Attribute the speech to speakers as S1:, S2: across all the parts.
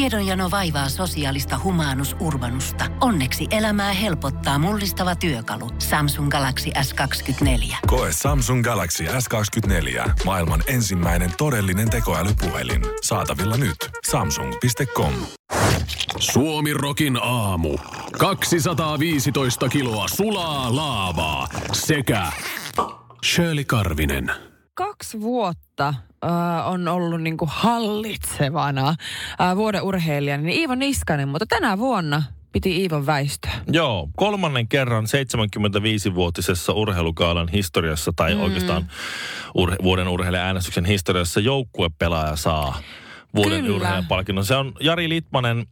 S1: Tiedonjano vaivaa sosiaalista humanus urbanusta. Onneksi elämää helpottaa mullistava työkalu. Samsung Galaxy S24.
S2: Koe Samsung Galaxy S24. Maailman ensimmäinen todellinen tekoälypuhelin. Saatavilla nyt. Samsung.com.
S3: Suomi Rokin aamu. 215 kiloa sulaa laavaa sekä Shirley Karvinen.
S4: kaksi vuotta äh, on ollut niin kuin hallitsevana äh, vuoden urheilijana, niin Iivo Niskanen, mutta tänä vuonna piti Iivon väistöä.
S5: Joo, kolmannen kerran 75-vuotisessa urheilukaalan historiassa, tai mm. oikeastaan urhe- vuoden urheilijaäänestyksen historiassa, joukkuepelaaja saa vuoden
S4: Kyllä.
S5: urheilijapalkinnon. Se on Jari Litmanen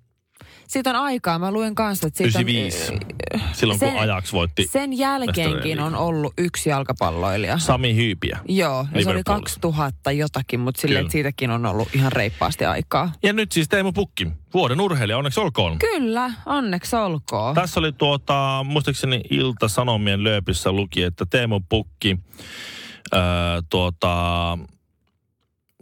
S4: Siitä on aikaa, mä luen kanssa, että siitä
S5: 95,
S4: on...
S5: silloin kun Ajax voitti
S4: Sen
S5: Mestareiden
S4: jälkeenkin
S5: liigan.
S4: on ollut yksi jalkapalloilija.
S5: Sami Hyypiä.
S4: Joo, ja se oli
S5: Liverpoolista.
S4: 2000 jotakin, mutta silleen,
S5: Kyllä.
S4: että siitäkin on ollut ihan reippaasti aikaa.
S5: Ja nyt siis Teemu Pukki, vuoden urheilija, onneksi olkoon.
S4: Kyllä, onneksi olkoon.
S5: Tässä oli tuota, muistaakseni Ilta-Sanomien lööpissä luki, että Teemu Pukki, öö, tuota,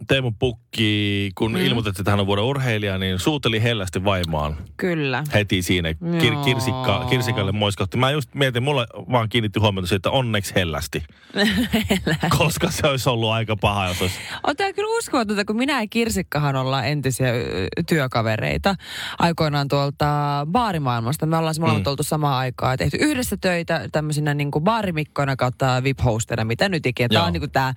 S5: Teemu Pukki, kun mm. ilmoitettiin, että hän on vuoden urheilija, niin suuteli hellästi vaimaan
S4: Kyllä.
S5: heti siinä kir-
S4: Joo.
S5: kirsikka, kirsikalle moiskahti. Mä just mietin, mulle vaan kiinnitti huomiota siitä, että onneksi hellästi. Koska se olisi ollut aika paha, jos olisi...
S4: On tämä kyllä uskomatonta, kun minä ja Kirsikkahan ollaan entisiä ö, työkavereita aikoinaan tuolta baarimaailmasta. Me ollaan siis molemmat mm. oltu samaan aikaan ja tehty yhdessä töitä tämmöisinä niin kuin baarimikkoina kautta vip mitä nyt ikinä. Tämä
S5: Joo.
S4: on niin kuin tämä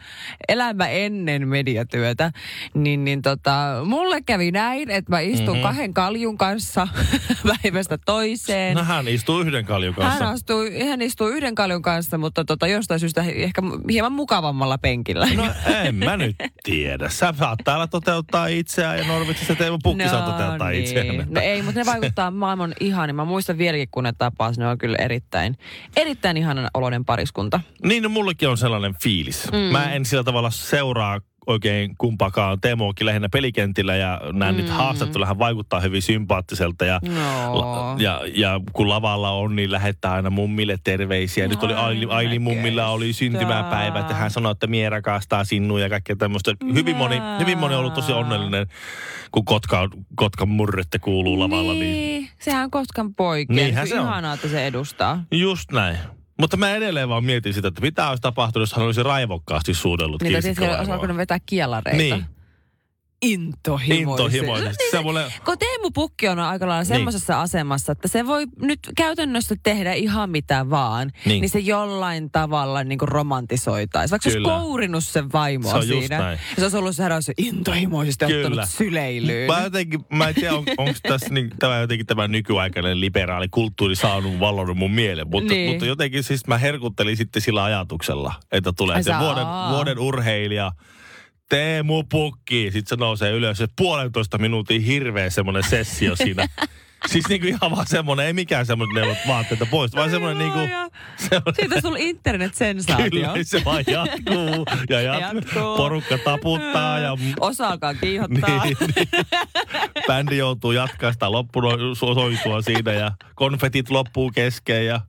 S4: elämä ennen mediatyötä. Niin, niin tota, mulle kävi näin, että mä istun mm-hmm. kahden kaljun kanssa päivästä toiseen.
S5: No hän istuu yhden kaljun kanssa.
S4: Hän, astui, hän istuu yhden kaljun kanssa, mutta tota, jostain syystä ehkä hieman mukavammalla penkillä.
S5: No en mä nyt tiedä. Sä saat täällä toteuttaa itseään ja Norvitsissa Teemu Pukki no, saa toteuttaa niin. itseään.
S4: No ei, mutta ne vaikuttaa maailman ihanin. Mä muistan vieläkin, kun ne tapas, ne on kyllä erittäin, erittäin ihanan oloinen pariskunta.
S5: Niin, no mullekin on sellainen fiilis. Mm. Mä en sillä tavalla seuraa oikein kumpakaan. Teemu onkin lähinnä pelikentillä ja nämä mm. nyt haastattelut, hän vaikuttaa hyvin sympaattiselta ja,
S4: No.
S5: ja, ja, kun lavalla on, niin lähettää aina mummille terveisiä. Nyt oli Aili, Aili mummilla oli syntymäpäivä, että hän sanoi, että mie rakastaa sinua ja kaikkea tämmöistä. Hyvin moni, hyvin moni on ollut tosi onnellinen, kun Kotka, Kotkan murrette kuuluu lavalla. Niin. niin
S4: Niin, sehän on Kotkan poikia.
S5: Niinhän
S4: Kyllä
S5: se on.
S4: Ihanaa, että se edustaa.
S5: Just näin. Mutta mä edelleen vaan mietin sitä, että mitä olisi tapahtunut, jos hän olisi raivokkaasti suudellut
S4: Niin, tai tietysti
S5: kirsikkavaimoa.
S4: osaako ne vetää kielareita.
S5: Niin,
S4: Intohimoisesti.
S5: intohimoisesti. Se mulle,
S4: Kun Teemu Pukki on aika
S5: Niin.
S4: lailla semmoisessa asemassa, että se voi nyt käytännössä tehdä ihan mitä vaan,
S5: Niin.
S4: niin, niin se jollain tavalla niin kuin romantisoitaisi. Vaikka se olisi
S5: Kyllä.
S4: kourinut sen vaimoa
S5: Se on just
S4: siinä.
S5: näin.
S4: Ja se olisi ollut se heräys intohimoisesti
S5: Kyllä.
S4: ottanut syleilyyn.
S5: mä, jotenkin, mä en tiedä, on, onko tässä niin, tämä jotenkin tämä nykyaikainen liberaali kulttuuri saanut vallannut mun mielen, mutta, niin.
S4: Niin.
S5: mutta jotenkin siis mä herkuttelin sitten sillä ajatuksella, että tulee
S4: Ai
S5: se
S4: sä-
S5: vuoden,
S4: aa.
S5: vuoden urheilija, Teemu Pukki, sitten se nousee ylös, se puolentoista minuutin hirveä semmoinen sessio siinä. Siis niinku ihan vaan semmoinen, ei mikään semmoinen neuvot vaatteita pois, vaan semmoinen niinku...
S4: Joo,
S5: Se on,
S4: Siitä olisi ollut
S5: kyllä,
S4: internet-sensaatio.
S5: se vaan jatkuu ja jatkuu.
S4: Jatkuu.
S5: Porukka taputtaa ja
S4: Osa alkaa kiihottaa.
S5: Niin, bändi joutuu jatkaa sitä loppusoitua siinä ja konfetit loppuu kesken ja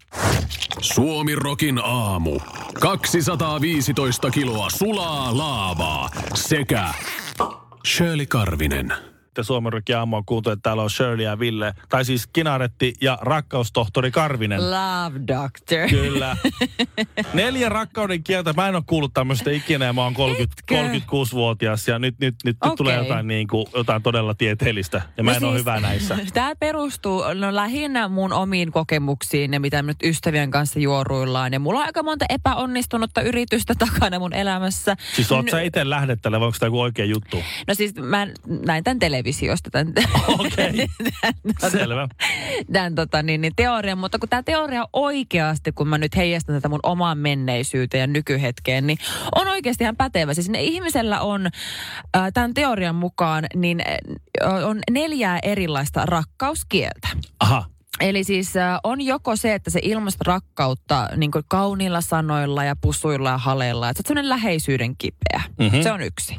S3: Suomi Rokin aamu. 215 kiloa sulaa laavaa sekä Shirley Karvinen.
S5: te Suomen Rokin aamua kuuntuu, että täällä on Shirley ja Ville, tai siis Kinaretti ja rakkaustohtori Karvinen.
S4: Love Doctor.
S5: Kyllä. Neljä rakkauden kieltä. Mä en ole kuullut tämmöistä ikinä ja mä oon 30,
S4: Etkö?
S5: 36-vuotias ja nyt, nyt, nyt, nyt
S4: Okei. No siis-
S5: tulee jotain, niin kuin, jotain todella tieteellistä. Ja mä en ole hyvä näissä.
S4: Tämä perustuu no, lähinnä mun omiin kokemuksiin ja mitä nyt ystävien kanssa juoruillaan. Ja mulla on aika monta epäonnistunutta yritystä takana mun elämässä.
S5: Siis oot sä itse lähdettävä, vai onko tämä joku oikea juttu?
S4: No siis mä näin tämän televisiosta, tämän,
S5: Okei. Selvä.
S4: tämän tota, niin, niin, teorian. Mutta kun tämä teoria oikeasti, kun mä nyt heijastan tätä mun omaan menneisyyteen ja nykyhetkeen, niin on oikeasti ihan pätevä. Siis ne ihmisellä on äh, tämän teorian mukaan niin äh, on neljää erilaista rakkauskieltä.
S5: Aha.
S4: Eli siis äh, on joko se, että se ilmaista rakkautta niin kuin kauniilla sanoilla ja pusuilla ja haleilla. Että sä oot sellainen läheisyyden kipeä.
S5: Mhm.
S4: Mm-hmm. Se on yksi.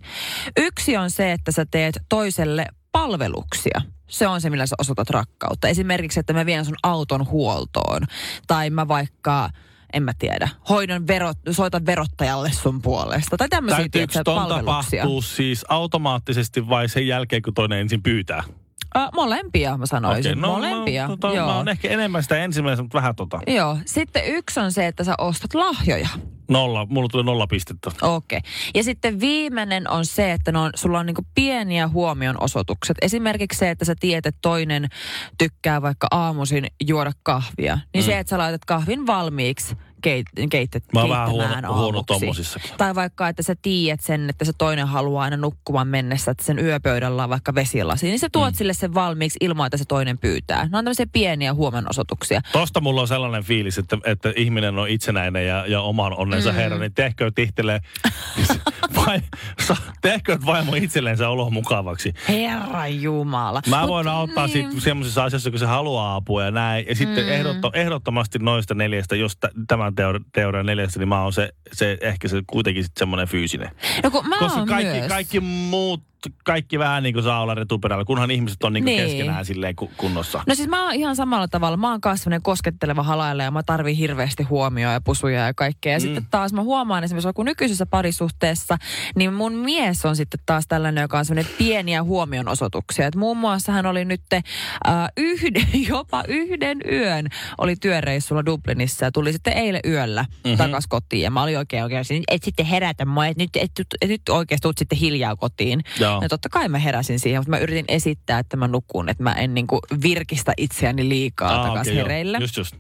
S4: Yksi on se, että sä teet toiselle palveluksia. Se on se, millä sä osoitat rakkautta. Esimerkiksi, että mä vien sun auton huoltoon. Tai mä vaikka, en mä tiedä, hoidon verot, soitan verottajalle sun puolesta. Tai tämmöisiä
S5: Täytyykö
S4: tiedätkö,
S5: ton
S4: palveluksia.
S5: tapahtua siis automaattisesti vai sen jälkeen, kun toinen ensin pyytää?
S4: Ö, Äh, molempia mä sanoisin.
S5: Okei,
S4: Okay, No, molempia,
S5: Mä, tota,
S4: joo.
S5: mä oon ehkä enemmän sitä ensimmäistä, mutta vähän tota.
S4: Joo. Sitten yksi on se, että sä ostat lahjoja.
S5: Nolla, mulla tuli nolla pistettä.
S4: Okei. Okay. Ja sitten viimeinen on se, että no, sulla on niinku pieniä huomionosoitukset. Esimerkiksi se, että sä tiedät, että toinen tykkää vaikka aamuisin juoda kahvia. Niin mm. se, että sä laitat kahvin valmiiksi keit, keitet,
S5: Mä oon vähän
S4: keittämään
S5: huono, huono
S4: aamuksi.
S5: tommosissakin.
S4: Tai vaikka, että sä tiedät sen, että se toinen haluaa aina nukkumaan mennessä, että sen yöpöydällä on vaikka vesilasi. Niin sä tuot mm. sille sen valmiiksi ilman, että se toinen pyytää. Ne on tämmöisiä pieniä huomionosoituksia.
S5: Tosta mulla on sellainen fiilis, että, että ihminen on itsenäinen ja, ja oman onnensa mm. herra, niin tehkö tihtelee, vai, sa- tehkö vaimo itsellensä olo mukavaksi.
S4: Herra Jumala.
S5: Mä voin auttaa niin. siitä semmoisissa asioissa, kun se haluaa apua ja näin. Ja sitten mm. ehdotto, ehdottomasti noista neljästä, jos t- tämän teori- teorian neljästä, niin mä oon se, se ehkä se kuitenkin sitten semmoinen fyysinen.
S4: No kun mä
S5: Koska
S4: oon
S5: kaikki,
S4: myös.
S5: kaikki muut, kaikki vähän niin kuin saa olla retuperällä, kunhan ihmiset on niin kuin
S4: Niin.
S5: keskenään silleen ku- kunnossa.
S4: No siis mä oon ihan samalla tavalla. Mä oon kasvanen kosketteleva halailla ja mä tarvin hirveästi huomioon ja pusuja ja kaikkea. Ja mm. sitten taas mä huomaan esimerkiksi, kun nykyisessä parisuhteessa, niin mun mies on sitten taas tällainen, joka on semmoinen pieniä huomionosoituksia. Et muun muassa hän oli nyt äh, yhden, jopa yhden yön oli työreissulla Dublinissa ja tuli sitten eilen yöllä mm-hmm. takas kotiin. Ja mä olin oikein oikein, siinä, et sitten herätä mua, et nyt, et, et, nyt oikeasti tuut sitten hiljaa kotiin.
S5: Joo.
S4: Ja totta kai mä heräsin siihen, mutta mä yritin esittää, että mä nukun, että mä en niinku virkistä itseäni liikaa ah, takaisin
S5: okei,
S4: okay,
S5: joo.
S4: hereillä.
S5: Just, just.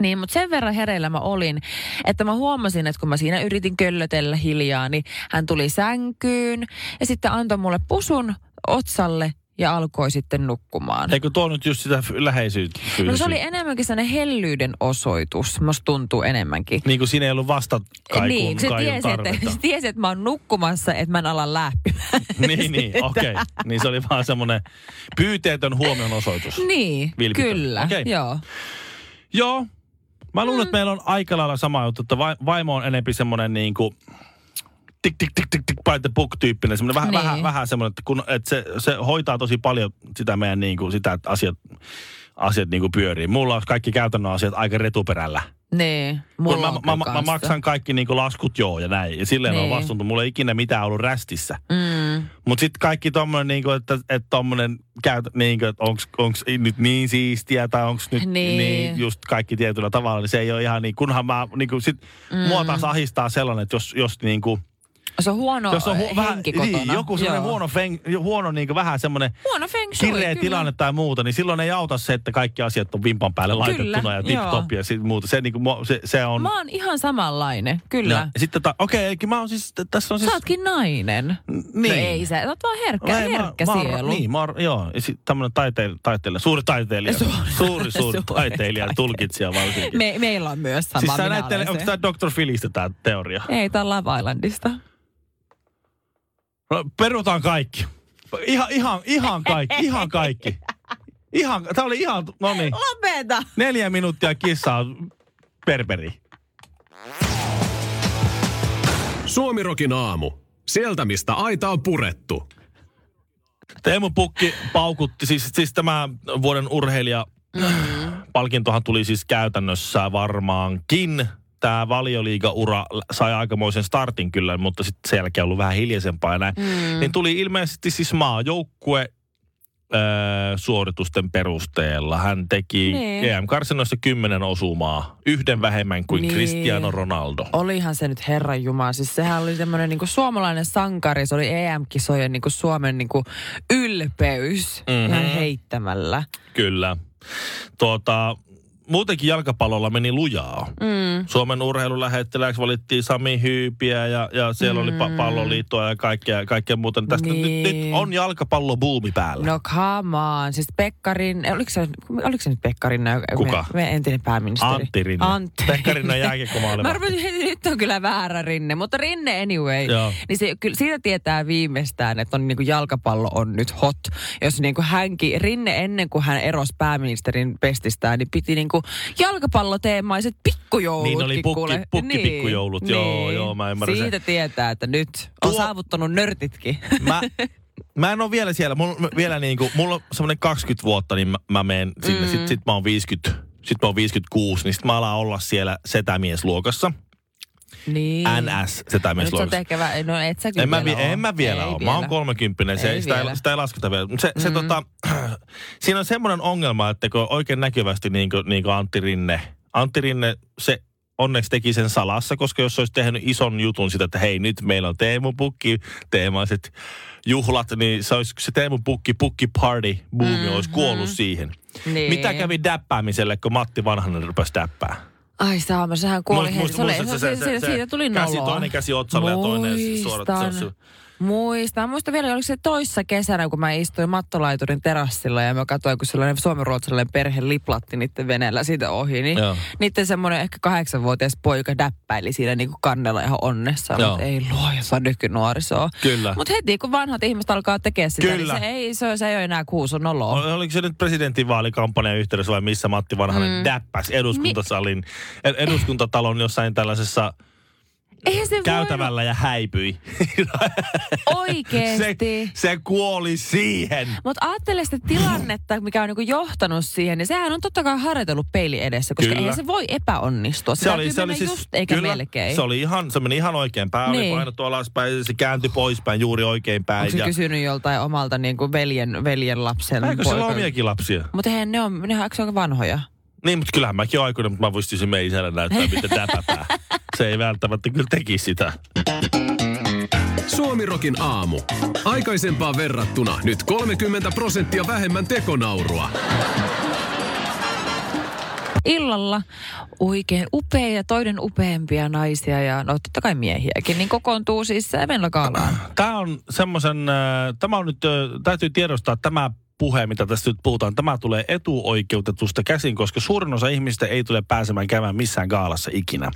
S4: Niin, mutta sen verran hereillä mä olin, että mä huomasin, että kun mä siinä yritin köllötellä hiljaa, niin hän tuli sänkyyn ja sitten antoi mulle pusun otsalle ja alkoi sitten nukkumaan.
S5: Eikö tuo nyt just sitä f- läheisyyttä?
S4: No se
S5: fyysisyyttä?
S4: oli enemmänkin sellainen hellyyden osoitus, musta tuntuu enemmänkin.
S5: Niin kuin siinä ei ollut vastakkaikun
S4: niin, kun se
S5: kaijun
S4: tiesi että,
S5: tarvetta.
S4: se tiesi, että mä oon nukkumassa, että mä en ala lähpimään.
S5: niin, niin, okei. Okay. Niin se oli vaan semmoinen pyyteetön huomionosoitus.
S4: Niin,
S5: Vilpitön.
S4: kyllä,
S5: Okei.
S4: joo.
S5: Joo. Mä luulen,
S4: Mm.
S5: että meillä on aika lailla sama juttu, että vai- vaimo on enempi semmoinen niin kuin tik tik tik tik tik by the book tyyppinen. Semmoinen vähän,
S4: Niin.
S5: vähän, vähän semmoinen, että, kun, että se, se, hoitaa tosi paljon sitä meidän niin kuin, sitä, että asiat, asiat niin kuin pyörii. Mulla on kaikki käytännön asiat aika retuperällä.
S4: Niin,
S5: Kun
S4: mulla
S5: mä,
S4: on
S5: mä,
S4: kyllä
S5: mä, mä,
S4: kanssa.
S5: maksan kaikki niin kuin laskut joo ja näin. Ja silleen on
S4: Niin.
S5: vastuuntu. Mulla ei ikinä mitään ollut rästissä.
S4: Mm.
S5: Mutta sitten kaikki tommonen, niinku, että, että tommonen käytä, niinku, että onks, onks nyt niin siistiä tai onks nyt niin.
S4: Niin.
S5: niin just kaikki tietyllä tavalla, niin se ei ole ihan niin, kunhan mä, niinku, sit mm. mua taas ahistaa sellainen, että jos, jos niinku,
S4: Se on huono
S5: jos on
S4: No, henki kotona.
S5: niin, joku sellainen
S4: Joo.
S5: huono, feng, huono niinku, vähän semmoinen
S4: huono feng shui,
S5: kireä
S4: kyllä.
S5: tilanne tai muuta, niin silloin ei auta se, että kaikki asiat on vimpan päälle laitettuna ja
S4: joo.
S5: tip-top ja sit muuta. Se, niinku, mua- se, se on...
S4: Mä oon ihan samanlainen,
S5: Joo.
S4: kyllä.
S5: Ja Sitten ta, okei, okay, mä oon siis, tässä on No, siis...
S4: Sä ootkin nainen. No
S5: niin.
S4: ei sä, sä oot vaan herkkä,
S5: Ei, mä-
S4: herkkä
S5: mä oon-
S4: sielu.
S5: Niin, mä oon, joo. Ja sit tämmönen taiteilija, taiteilija, suuri taiteilija. Suuri,
S4: Suuri-
S5: suuri, suuri
S4: suuri
S5: taiteilija,
S4: taiteilija.
S5: tulkitsija varsinkin.
S4: Me, meillä on myös sama.
S5: siis sä
S4: minä eh?
S5: näet,
S4: olen
S5: onko
S4: se.
S5: tää Dr. Philistä tää teoria?
S4: Ei, tää on Love Islandista.
S5: No, perutaan kaikki. Ihan, ihan, ihan kaikki, ihan kaikki. Ihan, tää oli ihan, no niin.
S4: Lopeta!
S5: Neljä minuuttia kissaa perperi.
S3: Suomirokin aamu. Sieltä, mistä aita on purettu.
S5: Teemu Pukki paukutti, siis, siis tämä vuoden urheilija
S4: Mm.
S5: palkintohan tuli siis käytännössä varmaankin. Tämä valioliiga-ura l- sai aikamoisen startin kyllä, mutta sitten sen jälkeen ollut vähän hiljaisempaa ja näin. Mm. Niin tuli ilmeisesti siis maajoukkue öö, suoritusten perusteella. Hän teki
S4: Niin.
S5: EM-karsinoissa kymmenen osumaa, yhden vähemmän kuin niin.
S4: Niin.
S5: Cristiano Ronaldo.
S4: Olihan se nyt Herran Jumala. Siis sehän oli tämmöinen niinku suomalainen sankari. Se oli EM-kisojen niinku Suomen niinku ylpeys
S5: Mhm.
S4: mm-hmm. ihan heittämällä.
S5: Kyllä. Tuota, muutenkin jalkapallolla meni lujaa. Mm. Suomen urheilulähettiläksi valittiin Sami Hyypiä ja, ja siellä mm. oli pa- palloliittoa ja kaikkea, kaikkea muuta. Tästä niin.
S4: Niin.
S5: nyt, nyt on jalkapallobuumi päällä.
S4: No come on. Siis Pekkarin, oliko se, oliko se nyt Pekkarin nä-
S5: Kuka?
S4: Me, me entinen pääministeri?
S5: Antti Rinne.
S4: Antti.
S5: Pekka Rinne jääkiekkomaailma.
S4: Mä rupesin, heti, nyt on kyllä väärä Rinne, mutta Rinne anyway.
S5: Joo.
S4: Niin se, kyllä siitä tietää viimeistään, että on, niin kuin jalkapallo on nyt hot. Jos niin kuin hänkin, Rinne ennen kuin hän erosi pääministerin pestistään, niin piti niin kuin jalkapalloteemaiset pikkujoulutkin.
S5: Niin oli pukki-
S4: kuule.
S5: pukkipikkujoulut, joo, joo, mä ymmärrän sen.
S4: niin. Siitä tietää, että nyt on
S5: Tuo-
S4: saavuttanut nörtitkin.
S5: Mä, mä en ole vielä siellä. Mulla, mä- vielä niinku, mulla on semmoinen 20 vuotta, niin mä, mä menen sinne. Mm. Sitten sit mä oon 50, sit mä oon 56, niin sit mä alan olla siellä setämiesluokassa.
S4: Niin.
S5: NS, se tämä
S4: Nyt
S5: mies
S4: sä oot ehkä vä- no et säkin
S5: en mä,
S4: vielä
S5: vi-
S4: oo.
S5: en mä vielä
S4: Ei
S5: ole. Mä oon kolmekymppinen. Se,
S4: Ei
S5: ei sitä,
S4: vielä. Mm-hmm.
S5: ei, sitä ei lasketa vielä. Mut Se, se tota, siinä on semmoinen ongelma, että kun oikein näkyvästi niin kuin, niin kuin Antti Rinne, Antti Rinne se onneksi teki sen salassa, koska jos se olisi tehnyt ison jutun sitä, että hei nyt meillä on Teemu Pukki teemaiset juhlat, niin se, olisi, se Teemu Pukki Pukki Party boomi mm-hmm. olisi kuollut siihen.
S4: Niin.
S5: Mitä kävi däppäämiselle, kun Matti Vanhanen rupesi däppää?
S4: Ai saama, sehän kuoli heti. Se oli, se, se, se, se, siitä tuli
S5: käsi,
S4: noloa.
S5: toinen käsi otsalla ja toinen suorat. Se on se-
S4: Muistan. Mä muistan vielä, oliko se toissa kesänä, kun mä istuin mattolaiturin terassilla ja mä katsoin, kun sellainen suomenruotsalainen perhe liplatti niiden veneellä siitä ohi. Niin
S5: Joo.
S4: niiden semmoinen ehkä kahdeksanvuotias poika däppäili siinä niin kuin kannella ihan onnessa.
S5: Joo.
S4: Mutta ei luoja, nykynuorisoa.
S5: Kyllä.
S4: Mutta heti kun vanhat ihmiset alkaa tekemään sitä,
S5: Kyllä.
S4: niin se ei, se, se ei ole enää kuuso noloa.
S5: Ol- Oliko se nyt presidentinvaalikampanjan yhteydessä vai missä Matti Vanhanen mm. däppäsi eduskuntasalin, ed- eduskuntatalon jossain tällaisessa
S4: Eihän se voi
S5: käytävällä ja häipyi. se,
S4: oikeesti.
S5: se kuoli siihen.
S4: Mutta ajattele sitä tilannetta, mikä on niinku johtanut siihen, niin sehän on totta kai harjoitellut peili edessä, koska
S5: Kyllä.
S4: eihän se voi epäonnistua. Se, oli, se oli siis, just eikä kyllä, melkein.
S5: Se oli ihan, se meni ihan oikein päin, niin.
S4: Niin.
S5: oli painettu alaspäin, se kääntyi poispäin juuri oikein päin.
S4: Onko se kysynyt joltain omalta niinku veljen, veljen lapsen
S5: Eikö sillä ole omiakin lapsia?
S4: Mutta eihän ne on, ne on vanhoja.
S5: Niin, mutta kyllähän mäkin oon aikuinen, mutta mä voisin sen meidän isälle näyttää, miten täpätään. Se ei välttämättä kyllä tekisi sitä.
S3: Suomirokin aamu. Aikaisempaan verrattuna nyt 30 prosenttia vähemmän tekonaurua.
S4: Illalla oikein upea ja toinen upeampia naisia ja no totta kai miehiäkin, niin kokoontuu siis Venlakaalaan.
S5: Tämä on semmoisen, äh, tämä on nyt, äh, täytyy tiedostaa että tämä puhe, mitä tästä nyt puhutaan, tämä tulee etuoikeutetusta käsin, koska suurin osa ihmistä ei tule pääsemään käymään missään gaalassa ikinä.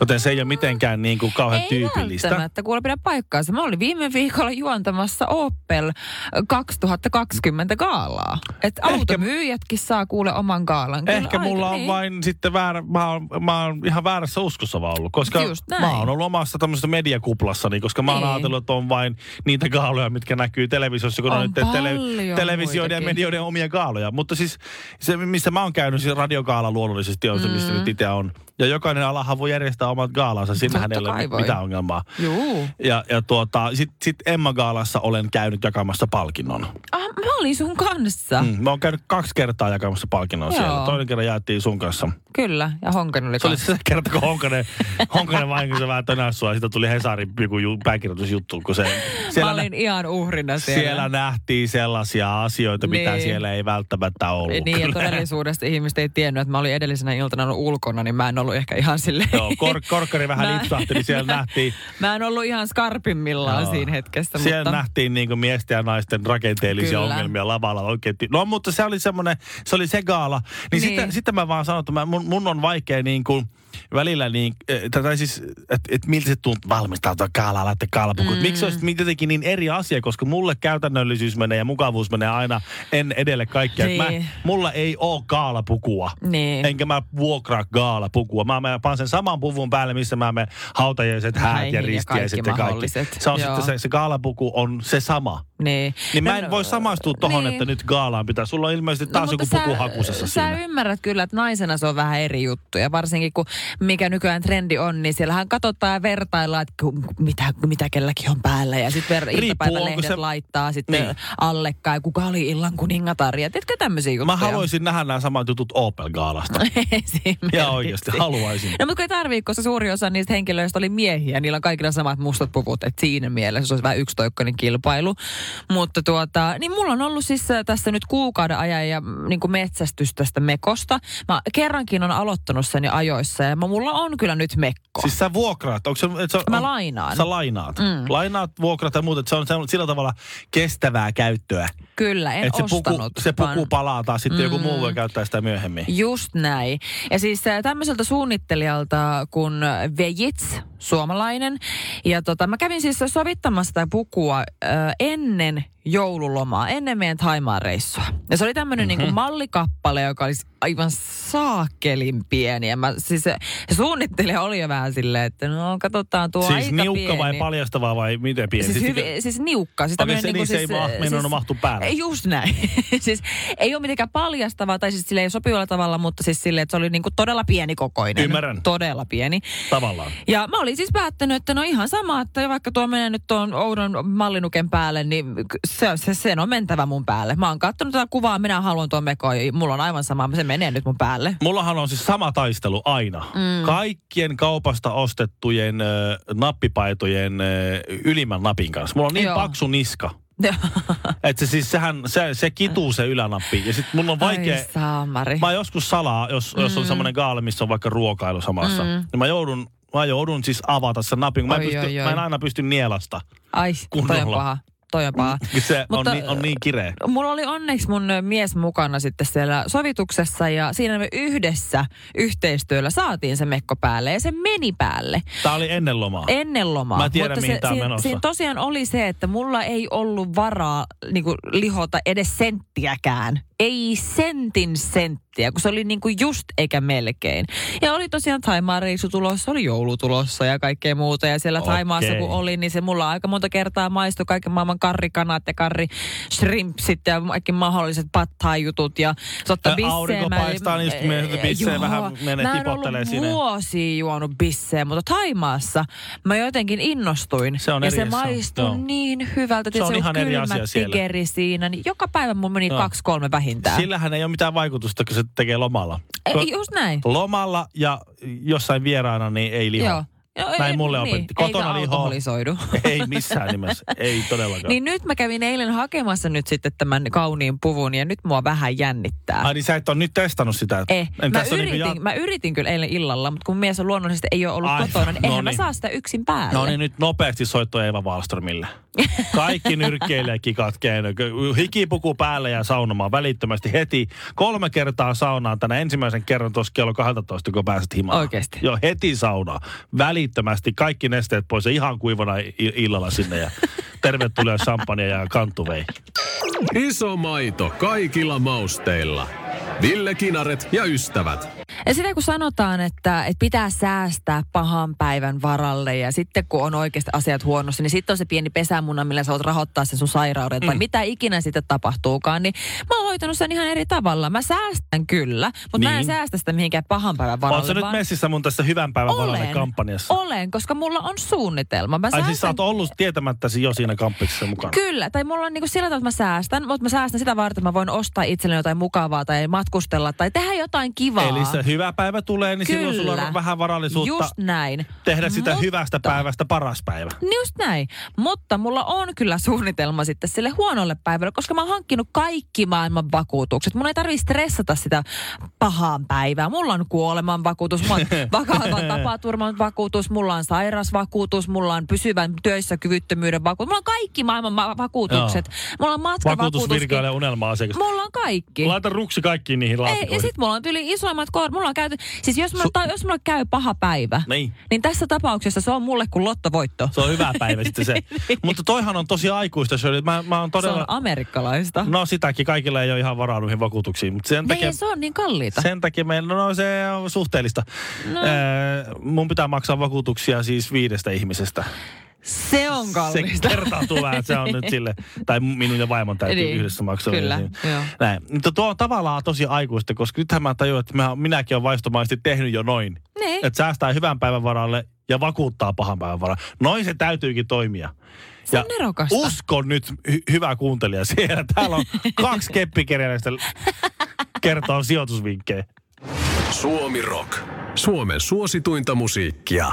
S5: Joten se ei ole mitenkään niin kuin kauhean
S4: Ei
S5: tyypillistä.
S4: välttämättä, kuule pidä paikkaansa. Mä olin viime viikolla juontamassa Opel 2020 gaalaa. Että automyyjätkin saa kuule oman gaalan. Kyllä
S5: Ehkä mulla
S4: aika,
S5: on
S4: niin.
S5: vain sitten väärä, mä oon, mä oon ihan väärässä uskossa vaan ollut, koska
S4: Just näin.
S5: mä oon ollut omassa tämmöisessä mediakuplassani, koska mä oon
S4: Niin.
S5: ajatellut, että on vain niitä gaaloja, mitkä näkyy televisiossa, kun on,
S4: On
S5: on nyt tele,
S4: paljon
S5: televisioiden ja
S4: muitakin.
S5: medioiden omia gaaloja. Mutta siis se, missä mä oon käynyt, siis radiogaala luonnollisesti on se, missä
S4: Mm.
S5: nyt itse on. Ja jokainen alahan voi järjestää omat gaalansa, siinä
S4: Totta
S5: hänellä ei
S4: kai
S5: ole
S4: voi.
S5: mitään ongelmaa.
S4: Juu.
S5: Ja, ja tuota, sit, sit Emma Gaalassa olen käynyt jakamassa palkinnon.
S4: Ah, mä olin sun kanssa. Mm.
S5: Mm, mä oon käynyt kaksi kertaa jakamassa palkinnon
S4: Joo.
S5: siellä. Toinen kerran jaettiin sun kanssa.
S4: Kyllä, ja Honkan oli
S5: Se oli
S4: kanssa.
S5: se kerta, kun Honkanen, Honkanen vain, kun se vähän tönäs sua, ja siitä tuli Hesarin joku ju- pääkirjoitusjuttu, kun se...
S4: Mä olin ihan uhrina siellä.
S5: siellä nähtiin sellaisia asioita, niin. mitä
S4: Niin.
S5: siellä ei välttämättä ollut.
S4: Niin, ja
S5: Kyllä.
S4: todellisuudessa ihmiset ei tiennyt, että mä olin edellisenä iltana ollut ulkona, niin mä en ollut ehkä ihan silleen...
S5: Joo, kor- korkkari vähän
S4: Mä-
S5: lipsahti, niin siellä nähtiin.
S4: Mä en ollut ihan skarpimmillaan
S5: Joo.
S4: siinä hetkessä,
S5: Siellä
S4: mutta...
S5: nähtiin niin kuin miesten ja naisten rakenteellisia
S4: Kyllä.
S5: Kyllä. ongelmia lavalla oikein. No mutta se oli semmoinen, se oli se gaala. Niin,
S4: Niin.
S5: niin. Sitä, sitä mä vaan sanon, että mä, mun, mun on vaikea niin kuin välillä niin, eh, tai siis, että et miltä se tuntuu valmistautua gaalaa, laittaa gaalapuku. Mm. Miksi se olisi jotenkin niin eri asia, koska mulle käytännöllisyys menee ja mukavuus menee aina en edelle kaikkea. Et Mä,
S4: Niin.
S5: mulla ei ole gaalapukua.
S4: Niin.
S5: Enkä mä vuokraa gaalapukua. Mä, mä panen sen saman puvun päälle, missä mä menen hautajaiset, häät
S4: Häihin niin, ja
S5: ja ristiäiset
S4: kaikki
S5: ja kaikki.
S4: mahdolliset.
S5: Se on
S4: Joo.
S5: sitten se, se gaalapuku on se sama.
S4: Niin.
S5: Niin
S4: No,
S5: mä en
S4: no,
S5: voi samaistua
S4: niin.
S5: tohon,
S4: No,
S5: niin. että nyt gaalaan pitää. Sulla on ilmeisesti taas joku
S4: mutta
S5: puku hakusessa
S4: sä
S5: siinä.
S4: ymmärrät kyllä, että naisena se on vähän eri juttu. Ja varsinkin kun mikä nykyään trendi on, niin siellähän katsotaan ja vertaillaan, että ku- mitä, mitä kelläkin on päällä. Ja sitten ver- iltapäivälehdet
S5: onko
S4: se...
S5: se-
S4: laittaa sitten niin.
S5: Niin.
S4: allekkain, kuka oli illan kuningatar. Ja tiedätkö tämmöisiä juttuja?
S5: Mä haluaisin nähdä nämä samat jutut
S4: No,
S5: Opel-gaalasta.
S4: Esimerkiksi.
S5: Ja oikeasti haluaisin.
S4: No mutta kun ei tarvii, koska suuri osa niistä henkilöistä oli miehiä. Niillä on kaikilla samat mustat puvut. Et siinä mielessä se olisi vähän yksitoikkoinen kilpailu. Mutta tuota, niin mulla on ollut siis äh, tässä nyt kuukauden ajan ja mm, niin kuin metsästys tästä mekosta. Mä kerrankin on aloittanut sen jo ajoissa ja mä- mulla on kyllä nyt mekko.
S5: Siis sä vuokraat. Onko se, et sä,
S4: Mä
S5: on-
S4: lainaan.
S5: Sä lainaat. Mm. Lainaat, vuokraat ja muuta. että Se on semmo- sillä tavalla kestävää käyttöä.
S4: kyllä, en
S5: Että se, puku,
S4: ostanut.
S5: se
S4: vaan-
S5: puku palaa taas sitten mm. joku muu voi käyttää sitä myöhemmin.
S4: Just näin. Ja siis äh, tämmöiseltä suunnittelijalta kun Vejits, suomalainen. Ja tota, mä kävin siis sovittamassa sitä pukua äh, ennen joululomaa ennen meidän Thaimaan reissua. Ja se oli tämmöinen
S5: Mhm.
S4: mm-hmm. niin mallikappale, joka oli aivan saakelin pieni. Ja mä, siis se, se suunnittelija oli jo vähän silleen, että no katsotaan tuo
S5: Siis
S4: aika
S5: niukka
S4: pieni.
S5: vai paljastavaa vai miten pieni?
S4: Siis,
S5: mikä-
S4: hyvi, siis niukka. Siis
S5: Okei,
S4: tämmönen
S5: se- niin, se ei vaan meinannut mahtu päälle.
S4: Ei, Just näin. siis ei ole mitenkään paljastavaa tai siis silleen sopivalla tavalla, mutta siis silleen, että se oli niinku todella pienikokoinen.
S5: Ymmärrän.
S4: Todella pieni.
S5: Tavallaan.
S4: Ja mä olin siis päättänyt, että no ihan sama, että vaikka tuo menee nyt tuon oudon mallinuken päälle, niin se, se, sen on mentävä mun päälle. Mä oon katsonut tätä kuvaa, minä haluan tuon mekoon, ja mulla on aivan sama, se menee nyt mun päälle.
S5: Mullahan on siis sama taistelu aina. Mm. Kaikkien kaupasta ostettujen äh, nappipaitojen äh, ylimmän napin kanssa. Mulla on niin
S4: Joo.
S5: Joo. paksu niska, että se siis sehän, se, se kituu se ylänappi. Ja sit mulla on vaikea...
S4: Ai saamari.
S5: Mä joskus salaa, jos, mm. jos on semmoinen gaala, missä on vaikka ruokailu samassa. Mm. Niin mä joudun, mä joudun siis avata sen napin, kun mä, en
S4: Oi,
S5: pysty,
S4: oi, oi.
S5: mä en aina pysty nielasta.
S4: Ai, toi on
S5: kunnolla.
S4: paha. Toi on paha.
S5: Se
S4: Mutta-
S5: Mutta, on, niin, on niin kireä.
S4: Mulla oli onneksi mun mies mukana sitten siellä sovituksessa ja siinä me yhdessä yhteistyöllä saatiin se mekko päälle ja se meni päälle
S5: Tää oli ennen lomaa.
S4: ennen lomaa.
S5: Mä tiedän,
S4: Mutta
S5: mihin
S4: se,
S5: tää on
S4: siinä,
S5: menossa.
S4: siinä tosiaan oli se, että mulla ei ollut varaa niinku, lihota edes senttiäkään. Ei sentin senttiä, kun se oli niinku just eikä melkein. Ja oli tosiaan Thaimaa reissu tulossa, oli joulu tulossa ja kaikkea muuta. Ja siellä
S5: Okei.
S4: Thaimaassa kun oli, niin se mulla aika monta kertaa maistui kaiken maailman karrikanat ja karri shrimpsit ja kaikki mahdolliset pattaa-jutut. Ja totta
S5: Ja aurinko paistaa, niin sitten menee- bissee vähän menee
S4: Mä en
S5: tipottelee
S4: ollut
S5: sinne.
S4: vuosia juonut bissejä, mutta Taimaassa mä jotenkin innostuin.
S5: Se on
S4: ja
S5: eri-
S4: se
S5: se on-
S4: maistui
S5: joo.
S4: niin hyvältä.
S5: Se on
S4: Tiedätkö,
S5: ihan eri
S4: kylmä
S5: asia siellä.
S4: tikeri siinä. Niin joka päivä mun meni
S5: Joo.
S4: kaksi kolme vähintään.
S5: Sillähän ei ole mitään vaikutusta, kun se tekee lomalla.
S4: Ei, just näin.
S5: Lomalla ja jossain vieraana niin ei liho.
S4: Joo. No,
S5: Näin
S4: ei-
S5: mulle
S4: niin.
S5: opetti. Kotona
S4: Eikä
S5: lihoa.
S4: alkoholisoidu.
S5: Ei missään nimessä. Ei todellakaan.
S4: Niin nyt mä kävin eilen hakemassa nyt sitten tämän kauniin puvun ja nyt mua vähän jännittää.
S5: Ai niin sä et ole nyt testannut sitä.
S4: Eh,
S5: En
S4: mä,
S5: tässä
S4: yritin,
S5: niinku
S4: niin
S5: ja-
S4: mä yritin kyllä eilen illalla, mutta kun mies on luonnollisesti ei ole ollut
S5: Ai,
S4: kotona, niin
S5: no
S4: eihän mä
S5: niin.
S4: saa sitä yksin päälle.
S5: No niin, nyt nopeasti soitto Eeva Wallströmille. Kaikki nyrkkeilee kikat keino. Hikipuku päälle ja saunomaan välittömästi heti. Kolme kertaa saunaan tänä ensimmäisen kerran tuossa kello 12, kun pääset himaan.
S4: Oikeesti?
S5: Joo, heti saunaan. Välittömästi kaikki nesteet pois ja ihan kuivana i- illalla sinne. Ja tervetuloa champagne ja kantuvei.
S3: Iso maito kaikilla mausteilla. Ville Kinaret ja ystävät.
S4: Ja sitä kun sanotaan, että, että pitää säästää pahan päivän varalle ja sitten kun on oikeasti asiat huonossa, niin sitten on se pieni pesämuna, millä sä voit rahoittaa sen sun sairauden
S5: Mm.
S4: tai mitä ikinä sitten tapahtuukaan, niin mä oon hoitanut sen ihan eri tavalla. Mä säästän kyllä, mutta niin. mä en
S5: Niin.
S4: säästä sitä mihinkään pahan päivän varalle.
S5: Oletko nyt
S4: vaan
S5: messissä mun tässä hyvän päivän varalle
S4: olen,
S5: kampanjassa?
S4: olen, koska mulla on suunnitelma. Mä
S5: Ai
S4: säästän
S5: siis sä oot ollut tietämättäsi jo siinä kampiksessa mukana.
S4: Kyllä, tai mulla on niinku sillä tavalla, että mä säästän, mutta mä säästän sitä varten, että mä voin ostaa itselleni jotain mukavaa tai matkustella tai tehdä jotain kivaa.
S5: Eli se hyvä päivä tulee, niin silloin sulla
S4: Kyllä.
S5: on vähän varallisuutta.
S4: Just näin.
S5: tehdä sitä
S4: Mutta-
S5: hyvästä päivästä paras päivä.
S4: Niin Just näin. Mutta mulla on kyllä suunnitelma sitten sille huonolle päivälle, koska mä oon hankkinut kaikki maailman vakuutukset. Mun ei tarvii stressata sitä pahaan päivään. Mulla on kuoleman vakuutus, mulla on vakavan tapaturman vakuutus, mulla on sairasvakuutus, mulla on pysyvän työssä kyvyttömyyden vakuutus. Mulla on kaikki maailman ma- vakuutukset. Mulla on matkavakuutuskin.
S5: Vakuutusvirkailija unelma-asiakas.
S4: Mulla on kaikki.
S5: Laita ruksi kaikkiin niihin
S4: Ei, ja
S5: laatikoihin.
S4: sit mulla on tyyli isoimmat kor... Mulla on käyty... Siis jos mulla, tai jos mulla käy paha päivä,
S5: Niin.
S4: niin tässä tapauksessa se on mulle kuin lottovoitto.
S5: Se on hyvä päivä sitten se. Mutta toihan on tosi aikuista, Shirley. Mä, mä oon
S4: Se on
S5: todella...
S4: amerikkalaista.
S5: No sitäkin, kaikilla ei ole ihan varaa noihin vakuutuksiin. Mutta sen
S4: Tekee...
S5: takia...
S4: Niin, se on niin kalliita.
S5: Sen takia meillä, no se on suhteellista. No. mun pitää maksaa vakuutuksia siis viidestä ihmisestä.
S4: Se on kallista.
S5: Se kertautuu vähän, että se on nyt sille, tai minun ja vaimon täytyy
S4: Niin,
S5: niin, yhdessä maksaa.
S4: kyllä, joo.
S5: Näin. Mutta tuo on tavallaan tosi aikuista, koska nythän mä tajun, että mä, minäkin olen vaistomaisesti tehnyt jo noin.
S4: Niin.
S5: Että säästää hyvän päivän varalle ja vakuuttaa pahan päivän varalle. Noin se täytyykin toimia.
S4: Se on nerokasta.
S5: Usko nyt, hy- hyvä kuuntelija siellä. Täällä on kaksi keppikerjäläistä kertoo sijoitusvinkkejä.
S3: Suomi Rock. Suomen suosituinta musiikkia.